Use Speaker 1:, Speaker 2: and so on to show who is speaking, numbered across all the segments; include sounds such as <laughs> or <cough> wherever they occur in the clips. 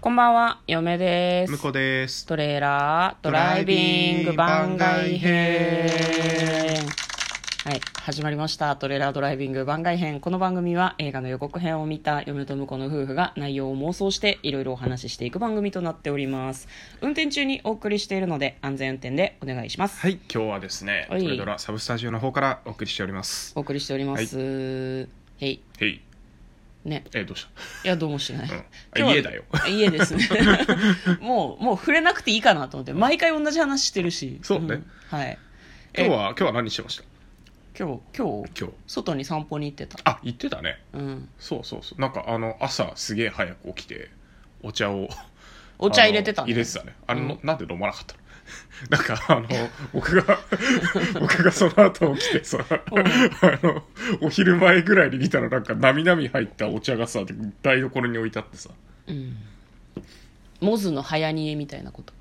Speaker 1: こんばんは、嫁です。
Speaker 2: 向こうです。
Speaker 1: トレーラードライビング番外編。はい、始まりました。トレーラードライビング番外編。この番組は映画の予告編を見た嫁と婿の夫婦が内容を妄想していろいろお話ししていく番組となっております。運転中にお送りしているので安全運転でお願いします。
Speaker 2: はい、今日はですね、ト
Speaker 1: はい
Speaker 2: レドラサブスタジオの方からお送りしております。
Speaker 1: お送りしております。へい。
Speaker 2: へい、
Speaker 1: ね。
Speaker 2: え、どうし
Speaker 1: いや、どうもしてない。
Speaker 2: んあ
Speaker 1: 今日は
Speaker 2: 家だよ。
Speaker 1: 家ですね。 <laughs> もう、もう触れなくていいかなと思って、毎回同じ話してるし。
Speaker 2: そうね
Speaker 1: んはい。
Speaker 2: た今日は、今日は何してました
Speaker 1: 今日、今日、
Speaker 2: 今日。
Speaker 1: 外に散歩に行ってた。
Speaker 2: あ、言ってたね。
Speaker 1: うん。
Speaker 2: そうそうそう。なんかあの、朝すげえ早く起きて、お茶を。
Speaker 1: <laughs> お茶入れてた
Speaker 2: あ
Speaker 1: ん
Speaker 2: の
Speaker 1: だ
Speaker 2: 入れてたね。あれ、
Speaker 1: うん
Speaker 2: のなんで飲まなかったの <laughs> なんかあの、僕が、 <laughs> 僕がその後起きてさ、あ
Speaker 1: うん
Speaker 2: の、お昼前ぐらいに見たらなんか、なみなみ入ったお茶がさ、台所に置いてあってさ、
Speaker 1: うん。モズの早煮えみたいなこと。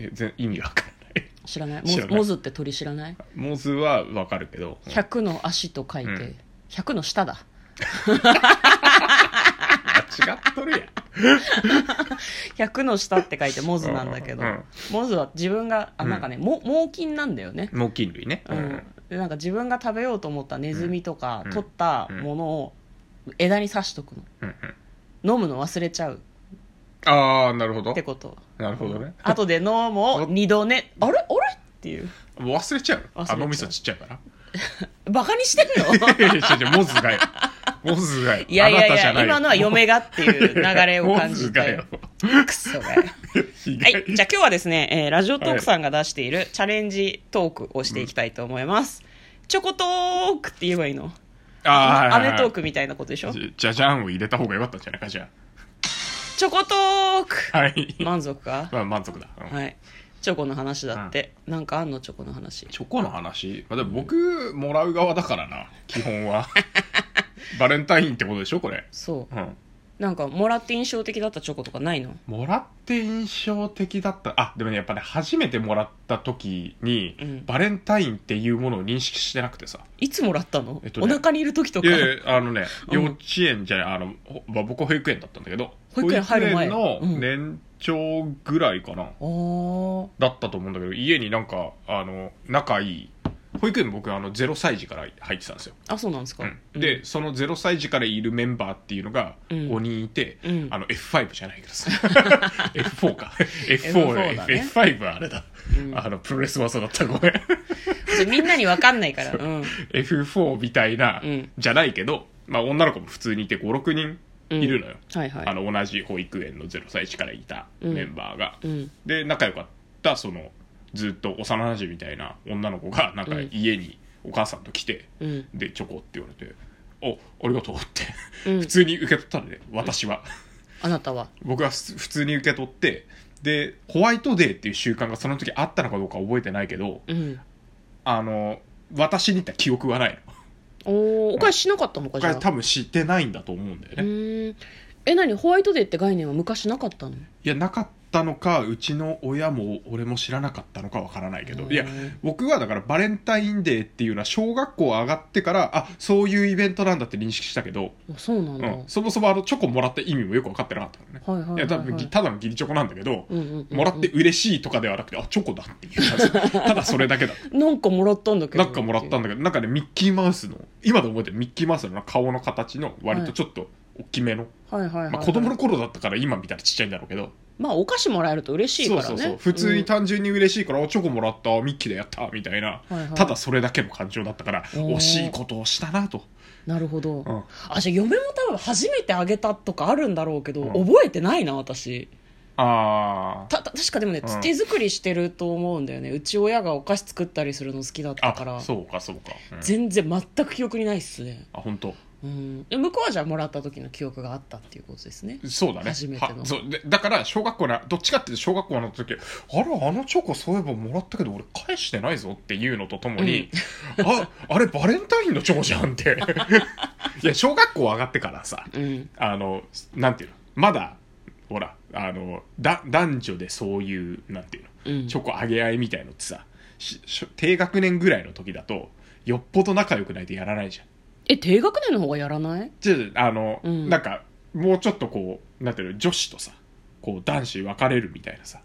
Speaker 2: え全意味わかんない。
Speaker 1: 知らないモ
Speaker 2: 知
Speaker 1: ズ
Speaker 2: らない
Speaker 1: モズって鳥知らない
Speaker 2: モズはわかるけど、
Speaker 1: ?100 の足と書いて、
Speaker 2: うん
Speaker 1: 100の下だ。
Speaker 2: あ違っとるやん。
Speaker 1: 100の下って書いてモズなんだけど
Speaker 2: うんうん、
Speaker 1: モズは自分が、あ、
Speaker 2: うん
Speaker 1: なんかね、も猛禽なんだよね。
Speaker 2: 猛禽類ね。
Speaker 1: う
Speaker 2: うんん。
Speaker 1: でなんか自分が食べようと思ったネズミとか、
Speaker 2: うん
Speaker 1: 取ったものを枝に刺しとく
Speaker 2: うんうん
Speaker 1: の飲むの忘れちゃう
Speaker 2: ああ、なるほど
Speaker 1: って。こと
Speaker 2: なるほどね。
Speaker 1: 後で飲むを二度ねあれあれっていう
Speaker 2: もう忘れちゃう。
Speaker 1: 忘れちゃ
Speaker 2: あ
Speaker 1: う
Speaker 2: の味噌ちっちゃいから。
Speaker 1: バカにしてんの
Speaker 2: いやいや違う違うモズがよ。モズがよ。
Speaker 1: <laughs> いやいやい
Speaker 2: あなたじゃな
Speaker 1: や
Speaker 2: よ
Speaker 1: 今のは嫁がっていう流れを感じたよ
Speaker 2: <laughs> モズがよ
Speaker 1: <laughs> クソがよ
Speaker 2: <laughs> 被
Speaker 1: は
Speaker 2: 害
Speaker 1: いじゃあ今日はですね、えーラジオトークさんが出しているチャレンジトークをしていきたいと思います、チョコトークって言えばいいの
Speaker 2: あ
Speaker 1: アメトー
Speaker 2: ク。
Speaker 1: クみたいなことでしょチ
Speaker 2: じじゃじゃんを入れた方がよかったんじゃないか、じゃ
Speaker 1: ョコトーク
Speaker 2: あ。はい。
Speaker 1: 満足か
Speaker 2: まあ満足だ。うん
Speaker 1: はい。チョコの話だって。なんかあんのチョコの話。
Speaker 2: チョコの話まあでも僕、もらう側だからな、基本
Speaker 1: <laughs>
Speaker 2: は。バレンタインってことでしょ、これ。
Speaker 1: そ
Speaker 2: うん。
Speaker 1: う。なんか、もらって印象的だったチョコとかないの
Speaker 2: もらって印象的だったあでもねやっぱね初めてもらった時に、
Speaker 1: うん
Speaker 2: バレンタインっていうものを認識してなくてさ
Speaker 1: いつもらったの、
Speaker 2: えっとね
Speaker 1: お腹にいる時と
Speaker 2: い
Speaker 1: か。
Speaker 2: やいやあのね
Speaker 1: うん
Speaker 2: 幼稚園じゃないあのほまあ僕は保育園だったんだけど
Speaker 1: 保育園入る前
Speaker 2: 保育
Speaker 1: うん
Speaker 2: 園の年長ぐらいかな、
Speaker 1: あー
Speaker 2: だったと思うんだけど家になんかあの仲いい保育園僕あの0歳児から入ってたんですよ、
Speaker 1: あ、そうなんですか。
Speaker 2: うんで、その0歳児からいるメンバーっていうのが
Speaker 1: うん
Speaker 2: 5人いて、
Speaker 1: うん
Speaker 2: あの F5 じゃないけど
Speaker 1: <laughs>
Speaker 2: さ F4 か F4,
Speaker 1: F4 だね
Speaker 2: F5 はあれだ、
Speaker 1: うん
Speaker 2: あのプロレス技だったご
Speaker 1: <laughs>
Speaker 2: めん
Speaker 1: それみんなにわかんないから。うん。
Speaker 2: F4 みたいな、
Speaker 1: うん
Speaker 2: じゃないけど、まあ、女の子も普通にいて56人いるのよ、
Speaker 1: はいはい。
Speaker 2: あの同じ保育園の0歳児からいたメンバーが、
Speaker 1: うん。
Speaker 2: で仲良かったそのずっと幼なじみみたいな女の子がなんか
Speaker 1: うん
Speaker 2: 家にお母さんと来て、
Speaker 1: うん。
Speaker 2: でチョコって言われて「おありがとう」って
Speaker 1: うん
Speaker 2: 普通に受け取ったので、私 <laughs> は
Speaker 1: あなたは。
Speaker 2: 僕は普普通に受け取ってでホワイトデーっていう習慣がその時あったのかどうか覚えてないけど
Speaker 1: うん。
Speaker 2: あの私に言った記憶はないの
Speaker 1: おーお返ししなかったのか、じゃ
Speaker 2: 僕は
Speaker 1: あ。
Speaker 2: 多分知ってないんだと思うんだよ
Speaker 1: う
Speaker 2: ね、い
Speaker 1: ーん。え、何ホワイトデーって概念は昔なかったの
Speaker 2: やなかったのかうちの親も俺も知らなかったのかわからないけ
Speaker 1: へ
Speaker 2: ど
Speaker 1: ー
Speaker 2: いや僕はだからバレンタインデーっていうのは小学校上がってからあそういうイベントなんだって認識したけど、
Speaker 1: あそうなん
Speaker 2: う
Speaker 1: だ。
Speaker 2: ん、そもそもあのチョコもらった意味もよく分かってなかったからね、
Speaker 1: はいはいはいはい
Speaker 2: いや多分ぎただの義理チョコなんだけど、
Speaker 1: うんうんうんうん
Speaker 2: もらって嬉しいとかではなくてあチョコだっていう感じ
Speaker 1: <laughs>
Speaker 2: ただそれだけだ
Speaker 1: なんかもらったんだけど。
Speaker 2: なんかもらったんだけどなんかねミッキーマウスの今でも覚えてるミッキーマウスの顔の形の割とちょっと大きめの、
Speaker 1: はいはいはい、はい
Speaker 2: まあ、子供の頃だったから今見たらちっちゃいんだろうけど、
Speaker 1: まあお菓子もらえると嬉しいか
Speaker 2: そ
Speaker 1: ら
Speaker 2: う
Speaker 1: ね
Speaker 2: そうそう普通に単純に嬉しいから、おチョコもらったミッキーでやったみたいな、
Speaker 1: いはい
Speaker 2: ただそれだけの感情だったから
Speaker 1: ー
Speaker 2: 惜しいことをしたなと
Speaker 1: うんなるほど、
Speaker 2: うん
Speaker 1: あじゃあ嫁も多分初めてあげたとかあるんだろうけど、
Speaker 2: うん
Speaker 1: 覚えてないな私
Speaker 2: あー
Speaker 1: たた確かでもね、
Speaker 2: うん
Speaker 1: 手作りしてると思うんだよねうち親がお菓子作ったりするの好きだったから
Speaker 2: あそうかそうか、うん
Speaker 1: 全然全く記憶にないっすね、
Speaker 2: あ本当
Speaker 1: うん、で向こうはじゃあもらった時の記憶があったっていうことですね
Speaker 2: そうだね
Speaker 1: 初めての
Speaker 2: はそうでだから小学校などっちかっていうと小学校の時あれあのチョコそういえばもらったけど俺返してないぞっていうのとともに、ああれバレンタインのチョコじゃんって
Speaker 1: <laughs>
Speaker 2: いや小学校上がってからさ
Speaker 1: うん
Speaker 2: あのなんていうのまだほらあのだ男女でそういうなんていうの
Speaker 1: うん
Speaker 2: チョコあげ合いみたいのってさしし低学年ぐらいの時だとよっぽど仲良くないとやらないじゃん
Speaker 1: え低学年の方がやらない
Speaker 2: ちょっとあの、
Speaker 1: うん
Speaker 2: なんかもうちょっとこうなんていうの女子とさこう男子分かれるみたいなさ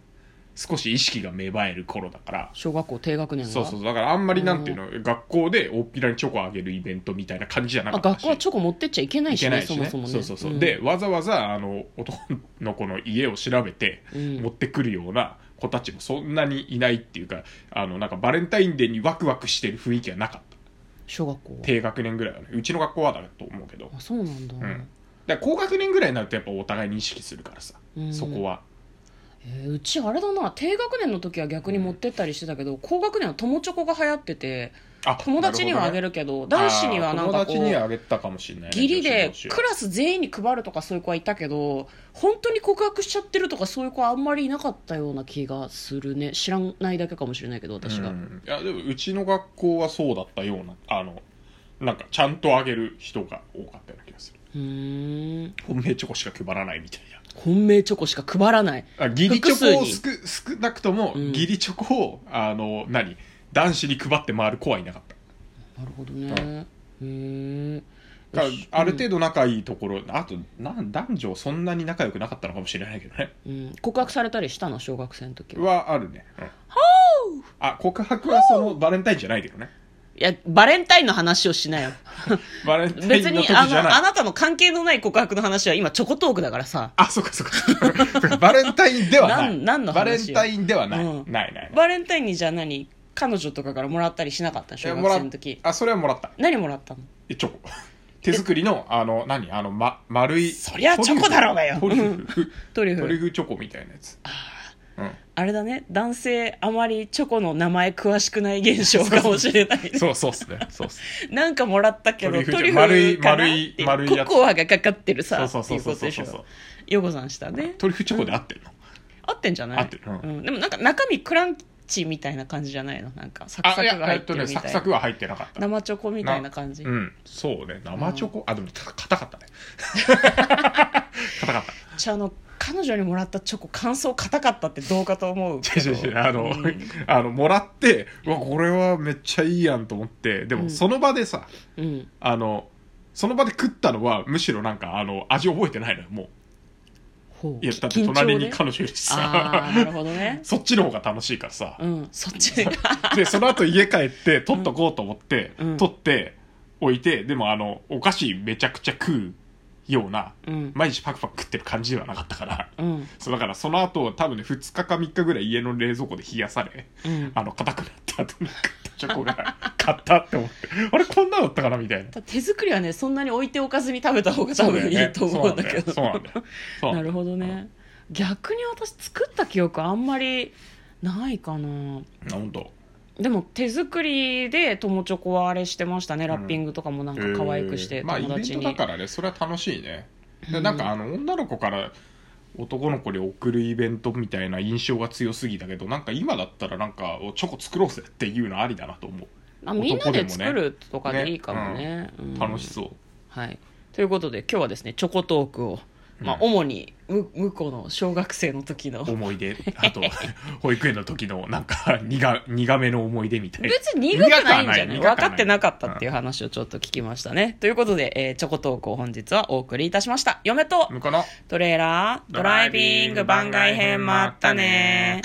Speaker 2: 少し意識が芽生える頃だから
Speaker 1: 小学校低学年は
Speaker 2: そうそうだからあんまりなんていうの、学校で大っぴらにチョコあげるイベントみたいな感じじゃなか
Speaker 1: あ
Speaker 2: った
Speaker 1: 学
Speaker 2: し
Speaker 1: 校はチョコ持ってっちゃいけない
Speaker 2: い
Speaker 1: し
Speaker 2: け
Speaker 1: ね
Speaker 2: ないしね
Speaker 1: そもそもね
Speaker 2: そうそうそう、
Speaker 1: ん
Speaker 2: でわざわざあの男の子の家を調べて
Speaker 1: うん
Speaker 2: 持ってくるような子たちもそんなにいないっていうかあのなんかバレンタインデーにワクワクしてる雰囲気はなかった
Speaker 1: 小学校は
Speaker 2: 低学年ぐらいはねうちの学校はだと思うけど
Speaker 1: あそうなんだ、
Speaker 2: うんだから高学年ぐらいになるとやっぱお互いに意識するからさ、
Speaker 1: うん
Speaker 2: そこは
Speaker 1: えーうちあれだな低学年の時は逆に持ってったりしてたけど、高学年は友チョコが流行ってて
Speaker 2: あ
Speaker 1: 友達にはあげ
Speaker 2: る
Speaker 1: るけど
Speaker 2: ほどね
Speaker 1: 男子にはなん
Speaker 2: あー
Speaker 1: かこ
Speaker 2: 友達には
Speaker 1: う
Speaker 2: あげたかもしれないね、
Speaker 1: 義理で
Speaker 2: 女子同士は
Speaker 1: クラス全員に配るとかそういう子はいたけど本当に告白しちゃってるとかそういう子はあんまりいなかったような気がするね知らないだけかもしれないけど私が、
Speaker 2: うん、いやでもうちの学校はそうだったようなあのなんかちゃんとあげる人が多かったような気がする
Speaker 1: うーん
Speaker 2: 本命チョコしか配らないみたいな
Speaker 1: 本命チョコしか配らない
Speaker 2: あ義理チョコを
Speaker 1: 複
Speaker 2: 少少なくとも、
Speaker 1: うん
Speaker 2: 義理チョコをあの何男子に配って回る子はいなかった
Speaker 1: なるほどねへえ
Speaker 2: だからある程度仲いいところ、あとなん男女そんなに仲良くなかったのかもしれないけどね
Speaker 1: うん、告白されたりしたの小学生の時は
Speaker 2: はあるね、うんあ告白はそのバレンタインじゃないけどね
Speaker 1: いやバレンタインの話をしなよ
Speaker 2: バレンタイ
Speaker 1: 別
Speaker 2: ンの
Speaker 1: に
Speaker 2: 時じ
Speaker 1: あ
Speaker 2: ゃ
Speaker 1: の
Speaker 2: な
Speaker 1: あ
Speaker 2: い
Speaker 1: なたの関係のない告白の話は今チョコトークだからさ
Speaker 2: あ、そっかそっか。 <laughs> バレンタインではない。
Speaker 1: なんなんの
Speaker 2: バ
Speaker 1: 話
Speaker 2: レ
Speaker 1: よ
Speaker 2: ンタインではない。
Speaker 1: うん
Speaker 2: ないないない。
Speaker 1: バレンタインにじゃあ何彼女とかからもらったりしなかった小
Speaker 2: え
Speaker 1: 学
Speaker 2: もら
Speaker 1: 生
Speaker 2: っ
Speaker 1: の時
Speaker 2: あ、それはもらった。
Speaker 1: 何もらったの
Speaker 2: えチョコ。手作りの、あの、何あの、ま、丸い。
Speaker 1: そりゃチョコだろうがよ
Speaker 2: トリュフ。
Speaker 1: トリュ
Speaker 2: トリュ
Speaker 1: フ
Speaker 2: フチョコみたいなやつ。うん。
Speaker 1: あれだね男性あまりチョコの名前詳しくない現象かもしれ
Speaker 2: <laughs>
Speaker 1: ない
Speaker 2: そうそうっすね。そうっす。
Speaker 1: なんかもらったけど
Speaker 2: ト
Speaker 1: ト
Speaker 2: リ
Speaker 1: リ
Speaker 2: ュ
Speaker 1: ュ
Speaker 2: フじ
Speaker 1: フ
Speaker 2: ゃ
Speaker 1: か
Speaker 2: 丸
Speaker 1: ないって
Speaker 2: 丸い丸いや
Speaker 1: コ
Speaker 2: つ
Speaker 1: コアがかかってる
Speaker 2: そ
Speaker 1: さ
Speaker 2: うそう
Speaker 1: って
Speaker 2: そ
Speaker 1: いううこ
Speaker 2: そう
Speaker 1: と
Speaker 2: そう
Speaker 1: でし
Speaker 2: そう
Speaker 1: ょヨコさんしたね
Speaker 2: トリュフチョコで合ってるの
Speaker 1: 合ってんじゃない
Speaker 2: 合ってるうん
Speaker 1: うんでもなんか中身クランチみたいな感じじゃないのなんかサク
Speaker 2: あ、
Speaker 1: サ
Speaker 2: い
Speaker 1: クが
Speaker 2: や、
Speaker 1: 入
Speaker 2: え
Speaker 1: っ
Speaker 2: ってと
Speaker 1: る
Speaker 2: ね、
Speaker 1: み
Speaker 2: サ
Speaker 1: た
Speaker 2: ク
Speaker 1: い
Speaker 2: サ
Speaker 1: な
Speaker 2: クは入ってなかった。
Speaker 1: 生チョコみたいな感じ
Speaker 2: うん。そうね。生チョコ。あ、でも、た硬かった
Speaker 1: <laughs>
Speaker 2: ね。硬かった。
Speaker 1: じゃああの彼女にもらったチョコ感想硬かったってどうかと思うけ
Speaker 2: 違
Speaker 1: ど
Speaker 2: う違う違うあの、
Speaker 1: うん
Speaker 2: <laughs> あのもらってうわこれはめっちゃいいやんと思ってで
Speaker 1: う
Speaker 2: も
Speaker 1: ん
Speaker 2: その場でさ、
Speaker 1: うん
Speaker 2: あのその場で食ったのはむしろなんかあの味覚えてないのよも
Speaker 1: ほ
Speaker 2: ういやだって
Speaker 1: 緊張
Speaker 2: 隣に
Speaker 1: ね
Speaker 2: 彼女いるし
Speaker 1: ああ
Speaker 2: さ
Speaker 1: なるほどね
Speaker 2: <laughs> そっちの方が楽しいからさ、
Speaker 1: うんそっちが <laughs>
Speaker 2: でその後家帰って取っとこうと思って、
Speaker 1: うん
Speaker 2: 取って置いてでもあのお菓子めちゃくちゃ食うような
Speaker 1: うん
Speaker 2: 毎日パクパク食ってる感じではなかったから
Speaker 1: うん
Speaker 2: そうだからその後多分ね2日か3日ぐらい家の冷蔵庫で冷やされ
Speaker 1: う
Speaker 2: <laughs>
Speaker 1: ん
Speaker 2: あの、硬くなった後に買ったチョコが、買ったって思って、あれ、こんなだったかなみたいな。
Speaker 1: 手作りはねそんなに置いておかずに食べた方が多分いいと思うんだけど
Speaker 2: そうなんだよ。そうな
Speaker 1: なん
Speaker 2: だよ。
Speaker 1: るほどね逆に私作った記憶あんまりないかな
Speaker 2: そうなんだよ。
Speaker 1: でも手作りで友チョコはあれしてましたねラッピングとかもなんか
Speaker 2: 本当。
Speaker 1: 可愛くして
Speaker 2: えーまあ、イ
Speaker 1: 友
Speaker 2: ベ
Speaker 1: 達
Speaker 2: ン
Speaker 1: に、
Speaker 2: トだからね、それは楽しいね。
Speaker 1: う
Speaker 2: で
Speaker 1: ん
Speaker 2: なんか、あの、女の子から、男の子に送るイベントみたいな印象が強すぎたけどなんか今だったらなんかおチョコ作ろうぜっていうのありだなと思
Speaker 1: あみんな
Speaker 2: 男でも
Speaker 1: で
Speaker 2: ね
Speaker 1: 作るとかでいいかもね
Speaker 2: う
Speaker 1: うん
Speaker 2: 楽しそう
Speaker 1: はい、ということで今日はですねチョコトークを、まあ、
Speaker 2: う
Speaker 1: 主にむ向こうの小学生の時の
Speaker 2: 思い出あと保育園の時のなんか苦苦めの思い出みたいな
Speaker 1: 別に苦くないんじゃない
Speaker 2: 苦くはない
Speaker 1: 分かってなかったっていう話をちょっと聞きましたね、ということで、えーチョコトークを本日はお送りいたしました嫁と
Speaker 2: 向こうの
Speaker 1: トレーラードライビング番外編もあったね